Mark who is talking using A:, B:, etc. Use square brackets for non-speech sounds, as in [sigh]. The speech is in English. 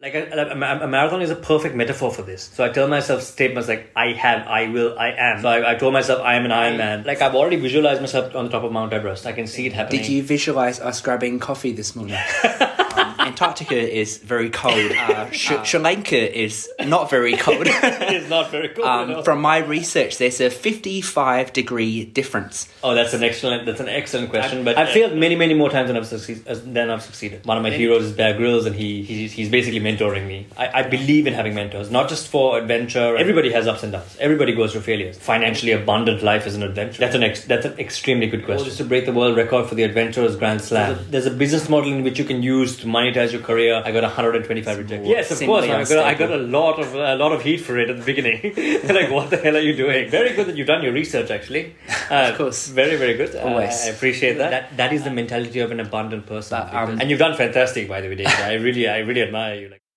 A: Like a, a, a marathon is a perfect metaphor for this. So I tell myself statements like I have, I will, I am. So I, I told myself I am an Iron Man. Like I've already visualized myself on the top of Mount Everest. I can see it happening.
B: Did you visualize us grabbing coffee this morning?
C: [laughs] Um, Antarctica is very cold. Uh, Sh-
B: Ah.
C: Sri Lanka is not
B: [laughs]
C: very cold.
A: [laughs] it's not very cool. you know.
C: um, from my research, there's a 55 degree difference.
A: oh, that's an excellent. That's an excellent question. but uh, I've failed many, many more times than I've succeeded. Than I've succeeded. One of my heroes is Bear Grylls, and he he's, he's basically mentoring me. I, I believe in having mentors, not just for adventure. Everybody has ups and downs. Everybody goes through failures. Financially abundant life is an adventure. That's an ex- that's an extremely good question. Just to break the world record for the adventurers grand slam. There's a, there's a business model in which you can use to monetize your career. I got 125 rejections. Yes, of course.
C: Seemingly
A: I got, I
C: unstable.
A: got a lot of a lot of heat for it at the beginning. [laughs] like, what the hell are you doing? Very good that you've done your research, actually. Uh,
C: Of course.
A: Very, very good. Uh,
C: Always.
A: I appreciate that. that. That is the mentality of an abundant person.
C: But, um,
A: and you've done fantastic, by the way, David. I really, I really admire you. Like.